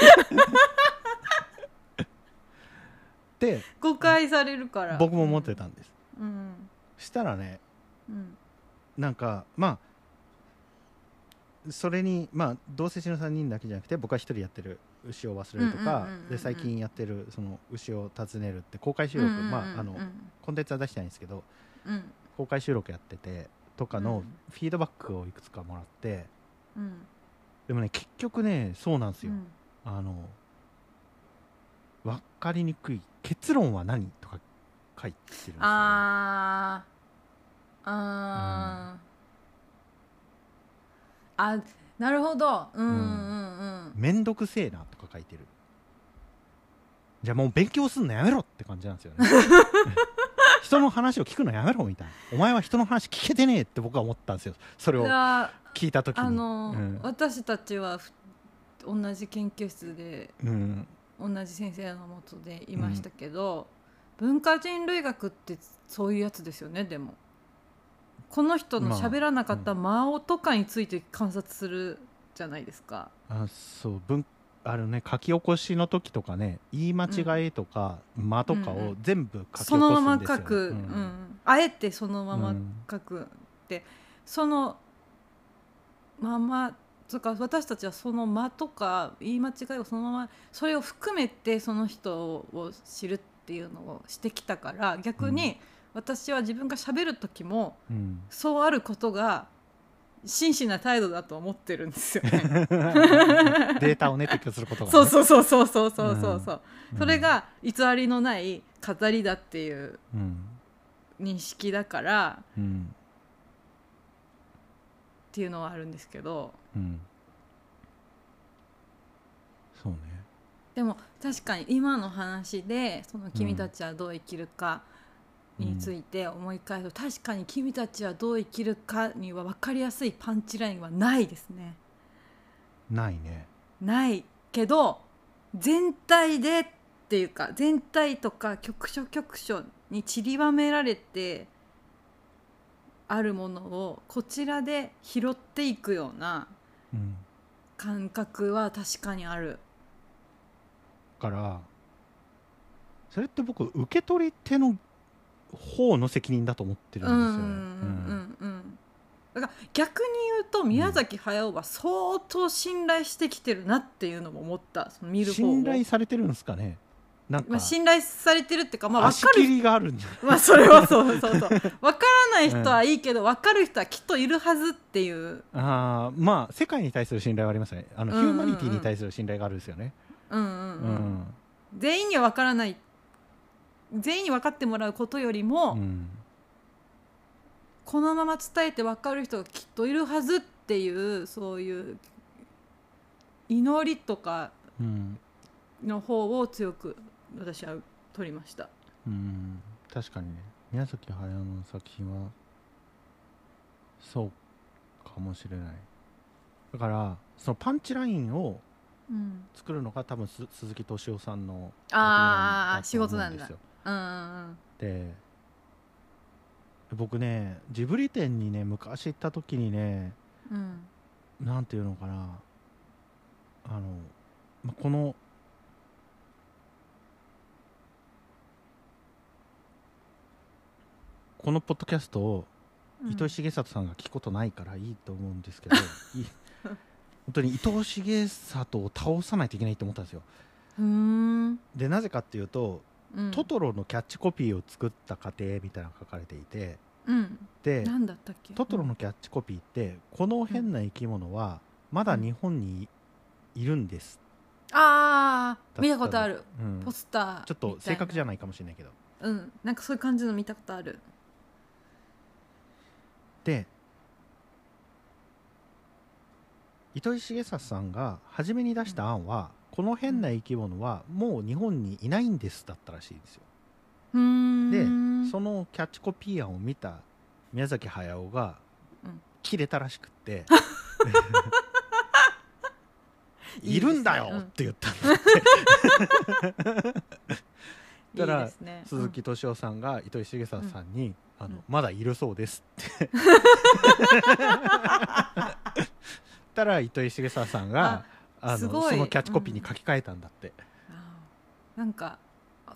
S2: で
S3: 誤解されるから
S2: 僕も思ってたんです
S3: うん
S2: したらね
S3: うん
S2: なんかまあそれにまあ同性誌の3人だけじゃなくて僕は1人やってる「牛を忘れる」とか
S3: うんうんうんうんうん
S2: で最近やってる「その牛を訪ねる」って公開収
S3: うんう
S2: 録
S3: んうん
S2: まああの
S3: うん
S2: コンテンツは出してないんですけど
S3: うん
S2: 公開収録やっててとか
S3: う
S2: の
S3: ん
S2: フィードバックをいくつかもらって、
S3: うん
S2: でもね結局ねそうなんです
S3: う
S2: よ、
S3: ん
S2: あの分かりにくい結論は何とか書いてるんですよね、
S3: あーあー、あなるほどうんうんうん
S2: めんどくせえなとか書いてるじゃあもう勉強すんのやめろって感じなんですよ
S3: <laughs>
S2: ね人の話を聞くのやめろみたいなお前は人の話聞けてねえって僕は思ったんですよそれを
S3: いや
S2: 聞いた時に
S3: あの、
S2: うん
S3: 私たちはふ同じ研究室で
S2: うん
S3: 同じ先生のもとでいましたけど、文化人類学ってそういうやつですよねでもこの人の喋らなかった間をとかについて観察するじゃないですか、
S2: あそう文あのね書き起こしの時とかね言い間違いとか、間とか
S3: うんう
S2: を
S3: ん
S2: 全部書き起
S3: その
S2: こす
S3: ま
S2: ん
S3: ま
S2: ですよ、
S3: 書
S2: ね
S3: く、うんあえてそのまま書くって、そのままとか私たちはその間とか言い間違いをそのままそれを含めてその人を知るっていうのをしてきたから逆に私は自分が喋る時も
S2: うん <laughs>
S3: そうあることが真摯な態度だと思ってるんですよね。
S2: うんデータをね提供することがね、
S3: <laughs> そうそうそうそうそうそうそうそう、
S2: うん
S3: それ、が偽りのない飾りだっていう
S2: うん
S3: 認識だから
S2: うん
S3: っていうのはあるんですけど
S2: うん、そうね
S3: でも確かに今の話でその君たちはどう生きるかについて思い返すと、確かに君たちはどう生きるかには分かりやすいパンチラインはないですね。
S2: ないね
S3: ないけど全体でっていうか全体とか局所局所に散りばめられてあるものをこちらで拾っていくような
S2: うん
S3: 感覚は確かにある。
S2: だからそれって僕受け取り手の方の責任だと思ってるんですよね、
S3: うんうんうんうんだから逆に言うと宮崎駿は相当信頼してきてるなっていうのも思ったその見る方を
S2: 信頼されてるんですかねなんか、
S3: まあ、信頼されてるっていうかまあ分
S2: 足
S3: か
S2: 切
S3: る
S2: りがあるんじゃない
S3: まあそれはそうそう <laughs> そう分からない人はいいけど分かる人はきっといるはずっていう、
S2: あーまあ世界に対する信頼はありますねあの、
S3: うんうん
S2: ヒ
S3: うん
S2: ューマニティに対する信頼があるんですよね、
S3: うん
S2: う
S3: うんうん
S2: ん
S3: 全員には分からない全員に分かってもらうことよりも、
S2: うん
S3: このまま伝えて分かる人がきっといるはずっていうそういう祈りとか
S2: うん
S3: の方を強く私は取りました
S2: うん確かにね宮崎駿の作品はそうかもしれないだからそのパンチラインを
S3: うん
S2: 作るのが多分す鈴木敏夫さんの
S3: あー
S2: 役割だと思う
S3: 仕事なん
S2: で
S3: だ
S2: すよ
S3: うんうん
S2: で僕ねジブリ展にね昔行った時にね
S3: うん
S2: なんていうのかなあの、まこのこのポッドキャストを
S3: うん
S2: 伊藤重里さんが聞くことないからいいと思うんです
S3: <laughs>
S2: けど、い本当に伊藤重里を倒さないといけないと思ったんですよ
S3: うーん
S2: でなぜかっていうと、
S3: うん
S2: トトロのキャッチコピーを作った過程みたいなのが書かれていて
S3: うん
S2: で
S3: 何だったっけ
S2: トトロのキャッチコピーってこの変な生き物はまだ日本にいるんです、
S3: ああ見たことある
S2: うん
S3: ポスター
S2: ちょっと正確じゃ
S3: な
S2: な
S3: い
S2: いかもしれないけど
S3: うんなんかそういう感じの見たことある
S2: で糸井重里さんが初めに出した案は、この変な生き物はもう日本にいないんですだったらしいんですよ、
S3: うーん
S2: でそのキャッチコピー案を見た宮崎駿が、
S3: うん
S2: 切れたらしくって
S3: <laughs>
S2: <laughs>
S3: いいですね
S2: いるんだよ
S3: うん
S2: って言ったんだってだから
S3: いいですね
S2: 鈴木敏夫さんが糸井重里さんに、あの
S3: うん
S2: まだいるそうですってたら糸井重里さんがあの
S3: すごい
S2: そのキャッチコピーに書き換えたんだって、
S3: うんあーなんか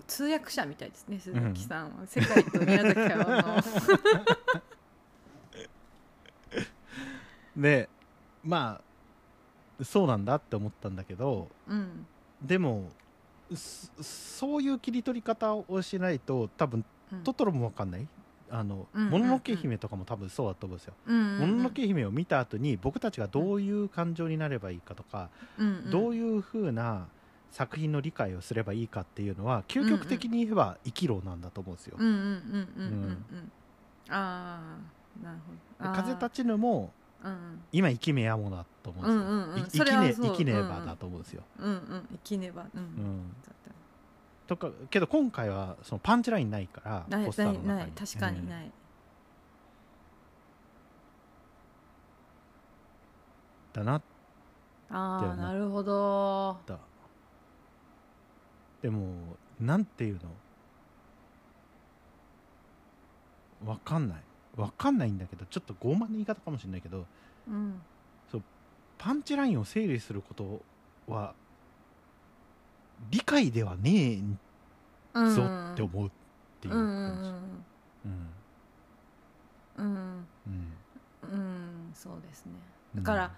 S3: 通訳者みたいですね鈴木さんは、世界と宮崎駿の
S2: でまあそうなんだって思ったんだけど
S3: うん
S2: でもそそういう切り取り方をしないと多分
S3: うん
S2: トトロも分かんないあの
S3: うんうんうん
S2: もののけ姫」とかも多分そうだと思うんですよ。
S3: うんうんう
S2: もの
S3: ん
S2: のけ姫を見た後に僕たちがどういう感情になればいいかとか、
S3: うんうん
S2: どういうふうな作品の理解をすればいいかっていうのは究極的に言えば生きろなんだと思うんですよ。
S3: うんうんうんうんうんうんああなるほどあー
S2: 風立ちぬも
S3: うん
S2: 今生きめやもなと思うんですよ。い
S3: うんうんうんそれは
S2: 生きね
S3: そう
S2: 生きね
S3: うん
S2: ば
S3: うん
S2: だと思うんですよ。
S3: うんうん生きねばう
S2: う
S3: ん、
S2: ん
S3: だった
S2: とかけど今回はそのパンチラインないから
S3: ない
S2: ポスターの中に
S3: ないない確かに
S2: い、
S3: ない、
S2: うんだなっ
S3: あ
S2: だ
S3: あ
S2: よね
S3: なるほど
S2: たでもなんていうのわかんないわかんないんだけどちょっと傲慢な言い方かもしれないけど
S3: うん
S2: パンチラインを整理することは理解ではねえぞって思うっていう
S3: うんう
S2: 感じ
S3: ん
S2: うん
S3: う
S2: う
S3: んうん
S2: ん
S3: うんうんそうですね
S2: うん
S3: だから、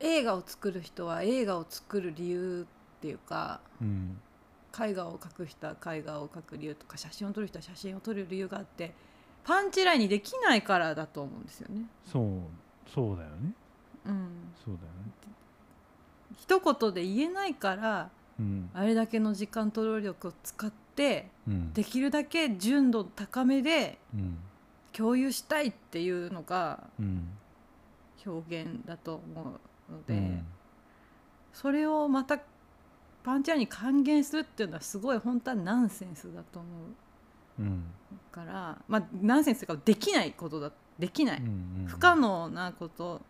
S3: 映画を作る人は映画を作る理由っていうか
S2: うん
S3: 絵画を描く人は絵画を描く理由とか写真を撮る人は写真を撮る理由があってパンチラインにできないからだと思うんですよね。
S2: そうそうだよね
S3: うん、
S2: そうだよね
S3: 一言で言えないから
S2: うん
S3: あれだけの時間と労力を使って
S2: うん
S3: できるだけ純度高めで
S2: うん
S3: 共有したいっていうのが
S2: うん
S3: 表現だと思うの
S2: う
S3: で、
S2: ん
S3: それをまたパンチラインに還元するっていうのはすごい本当はナンセンスだと思
S2: うん
S3: うからまあナンセンスというかできないことだできない、
S2: うん
S3: 不可能なこと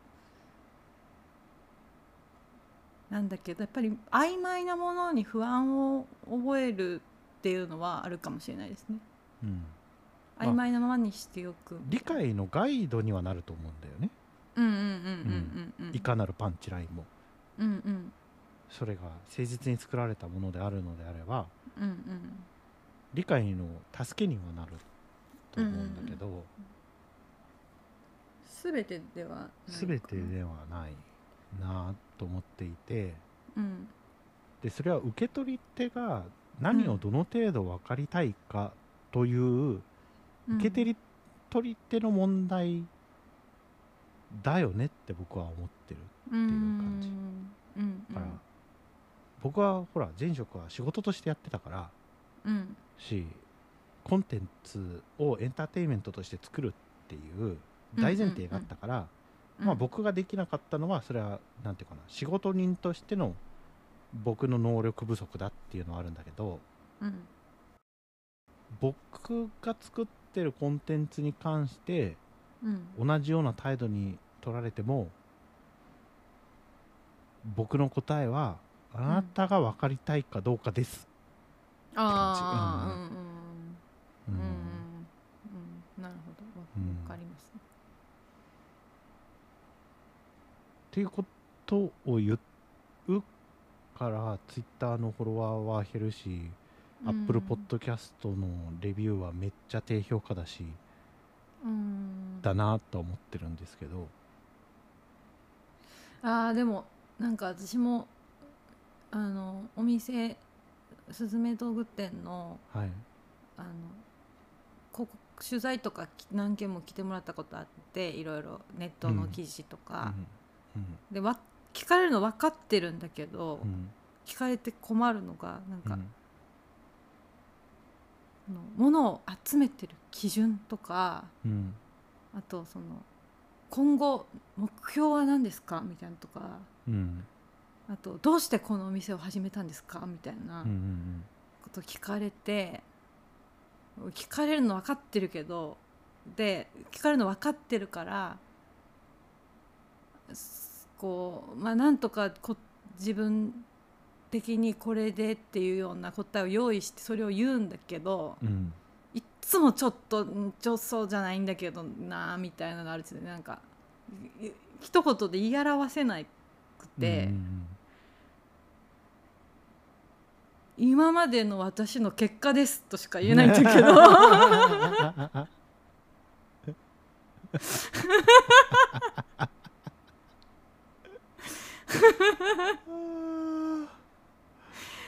S3: なんだけどやっぱり曖昧なものに不安を覚えるっていうのはあるかもしれないですね
S2: うんあ
S3: 曖昧なままにしておく
S2: 理解のガイドにはなると思うんだよね
S3: うんうんうんうんうん
S2: いかなるパンチラインも
S3: うんうん
S2: それが誠実に作られたものであるのであれば
S3: うんうん
S2: 理解の助けにはなると思うんだけど、
S3: 全てではないか
S2: 全てではないなと思っていて
S3: うん
S2: でそれは受け取り手が何をどの程度分かりたいかという、
S3: うん
S2: 受け取り取り手の問題だよねって僕は思ってる
S3: っていう
S2: 感じ
S3: うんうん
S2: から、僕はほら前職は仕事としてやってたから
S3: うん
S2: しコンテンツをエンターテインメントとして作るっていう大前提があったから、
S3: うん
S2: まあ、僕ができなかったのはそれは何ていうかな仕事人としての僕の能力不足だっていうのはあるんだけど
S3: うん
S2: 僕が作ってるコンテンツに関して
S3: うん
S2: 同じような態度に取られても僕の答えはあなたが分かりたいかどうかです、
S3: ああ
S2: う
S3: う
S2: う
S3: んうんんうんうんうんなるほどわ
S2: うん
S3: わかります
S2: っていうことを言うからツイッターのフォロワーは減るし、アップルポッドキャストのレビューはめっちゃ低評価だし
S3: うん
S2: だなとは思ってるんですけど、
S3: あーでもなんか私もあのお店すずめ道具店の
S2: はい、
S3: あの広告取材とかき何件も来てもらったことあっていろいろネットの記事とか、
S2: うん
S3: でわ聞かれるの分かってるんだけど、
S2: うん
S3: 聞かれて困るのがなん
S2: うん
S3: か、あの物を集めてる基準とか
S2: うん
S3: あとその今後目標は何ですかみたいなとか
S2: うん
S3: あとどうしてこのお店を始めたんですかみたいな
S2: うんうん
S3: こと聞かれて、聞かれるの分かってるけどで聞かれるの分かってるからすこうまあなんとかこ自分的にこれでっていうような答えを用意してそれを言うんだけど、
S2: うん
S3: いっつもちょっとんちょそうじゃないんだけどなあみたいなのあるしねなんかいい一言で言い表せなくて、
S2: うん
S3: 今までの私の結果ですとしか言えないんだけど <laughs>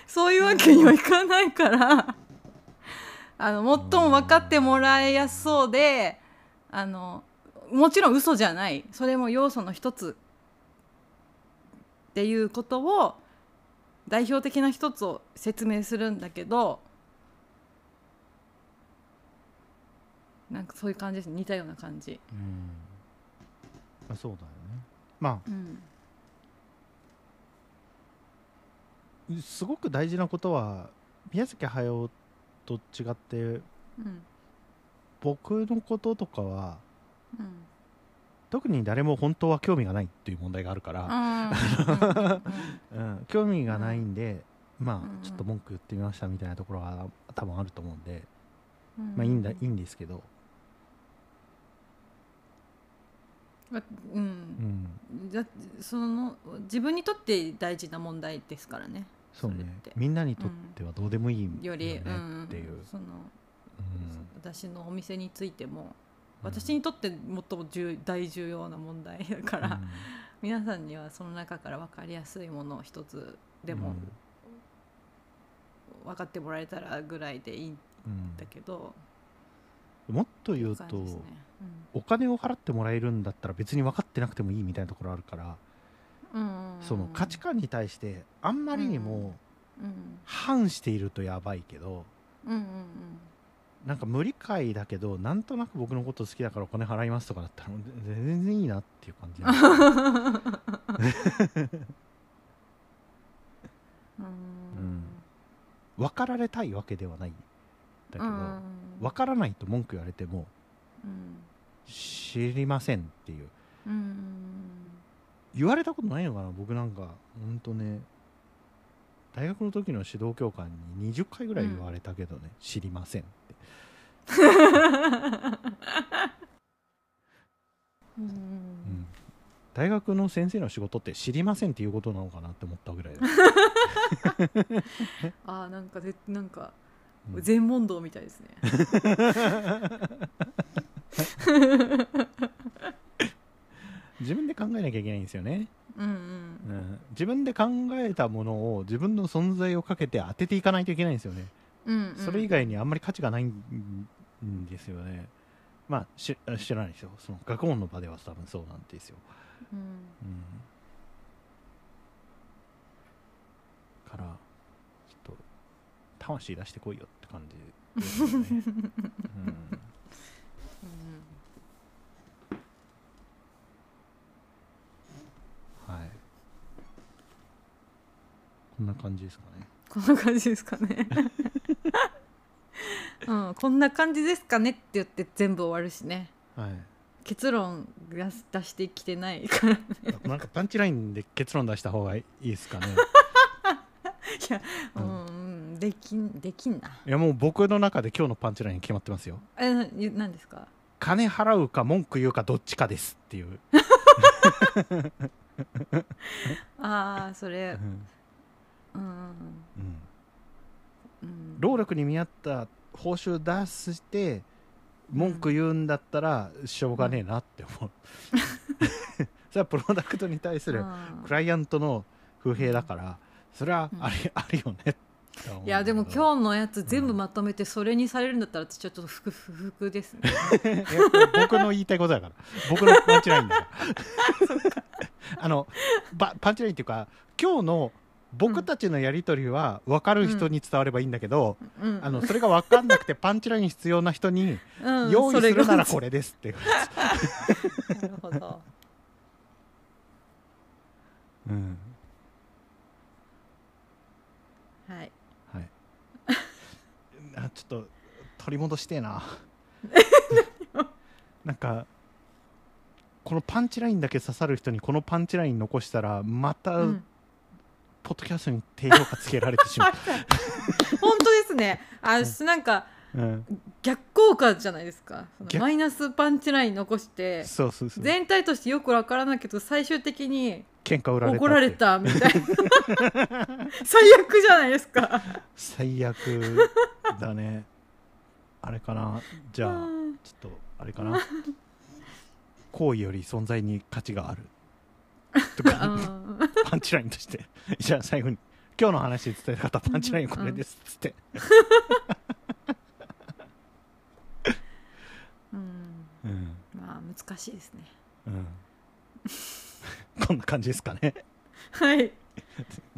S3: そういうわけにはいかないから <laughs> あの最も分かってもらいやすそうであのもちろん嘘じゃないそれも要素の一つっていうことを代表的な一つを説明するんだけどなんかそういう感じです似たような感じ。
S2: うんまあ、そうだよねま
S3: うん
S2: あすごく大事なことは宮崎駿と違って
S3: うん
S2: 僕のこととかは
S3: うん
S2: 特に誰も本当は興味がないっていう問題があるから、
S3: うん
S2: うん、興味がないんで、ま
S3: うんうん
S2: あちょっと文句言ってみましたみたいなところが多分あると思うんで、
S3: う
S2: まあいいんだいいんですけど、
S3: わう、
S2: うんん、
S3: だその自分にとって大事な問題ですからね
S2: そう
S3: そ
S2: ね
S3: れって
S2: みんなにとってはどうでもいいよね
S3: より、うん
S2: っていう、
S3: その、
S2: うん
S3: 私のお店についても私にとって最も重大重要な問題だから、
S2: うん
S3: 皆さんにはその中から分かりやすいものを一つでも分かってもらえたらぐらいでいいん
S2: うん
S3: だけど、
S2: うんもっと言うと
S3: 感じですね
S2: お金を払ってもらえるんだったら別に分かってなくてもいいみたいなところあるから、
S3: うんうんうん
S2: その価値観に対してあんまりにも
S3: うん
S2: 反しているとやばいけど、
S3: うんうん
S2: なんか無理解だけどなんとなく僕のこと好きだからお金払いますとかだったらもう全全然いいなっていう感じなんですよ
S3: うんうん
S2: うん分かられたいわけではないんだけど、
S3: うん
S2: 分からないと文句言われても
S3: うん
S2: 知りませんっていう
S3: うん
S2: 言われたことないのかな僕なんかほんとね大学の時の指導教官に20回ぐらい言われたけどね、知りませんって
S3: う
S2: うんん大学の先生の仕事って知りませんっていうことなのかなって思ったぐらい <laughs> だ、
S3: あーなんかぜなんか
S2: うん
S3: 全問答みたいですね。 <laughs>
S2: 自分で考えなきゃいけないんですよね、
S3: うんう。
S2: うんん、自分で考えたものを自分の存在をかけて当てていかないといけないんですよね、
S3: うんうん
S2: それ以外にあんまり価値がないんんですよねまあし知らないですよその学問の場では多分そうなんですよ、
S3: うん
S2: うん、からちょっと魂出してこいよって感じですよね、うん
S3: うん
S2: はい。こんな感じですかね。
S3: こんな感じですかね。 <laughs> うん、こんな感じですかねって言って全部終わるしね
S2: はい。
S3: 結論出す出してきてないからね
S2: なんかパンチラインで結論出した方がいいですか <laughs> ね。
S3: いや、うんうん、できんできんない
S2: やもう僕の中で今日のパンチライン決まってますよ。
S3: えな何ですか
S2: 金払うか文句言うかどっちかですっていう。
S3: ああそう
S2: ん
S3: れうんう
S2: う
S3: ん
S2: ん
S3: うん
S2: 労力に見合った報酬出して文句言うんだったらしょうがねえなって思
S3: <laughs>
S2: う。それはプロダクトに対する
S3: うん
S2: クライアントの不平だからそれはあり、
S3: <laughs>
S2: あるよねって思うんだけど。
S3: いやでも今日のやつ全部まとめてそれにされるんだったら私はちょっと不服不服ですね
S2: いや僕の言いたいことだから僕のパンチラインだから
S3: <laughs>
S2: あのばパンチラインっていうか今日の僕たちのやり取りは分かる人に伝わればいいんだけど、
S3: うん
S2: あのそれが分かんなくてパンチライン必要な人に
S3: うん
S2: 用意するなら
S3: そ
S2: これですっていうやつ、
S3: れがなるほど
S2: うん
S3: はい
S2: はい、 <laughs> あちょっと取り戻してえ
S3: <laughs>
S2: ななんかこのパンチラインだけ刺さる人にこのパンチライン残したらまた、
S3: うん
S2: ポッドキャストに低評価つけられてし
S3: <laughs>
S2: まう、
S3: 本当ですねあしなんか
S2: うん、
S3: 逆効果じゃないですかその
S2: 逆
S3: マイナスパンチライン残して
S2: そうそうそう
S3: 全体としてよくわからないけど最終的に
S2: 喧嘩売られたって
S3: 怒られたみたいな
S2: <laughs>
S3: 最悪じゃないですか
S2: 最悪だねあれかなじゃあ
S3: うん
S2: ちょっとあれか
S3: <laughs>
S2: な行為より存在に価値があると
S3: <laughs> う
S2: か
S3: ん
S2: <laughs> パンチラインとしてじゃあ最後に今日の話で伝えたかったパンチラインはこれですっつって
S3: 懐かしいですね
S2: うん、 <laughs> こんな感じですかね <laughs>
S3: はい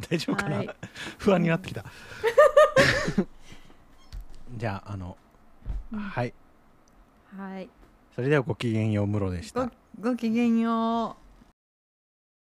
S2: 大丈夫かな、
S3: はい
S2: 不安になってきた <laughs> じゃああの、
S3: うん
S2: はい
S3: はい
S2: それではごきげんようムロでした
S3: ごごきげんよう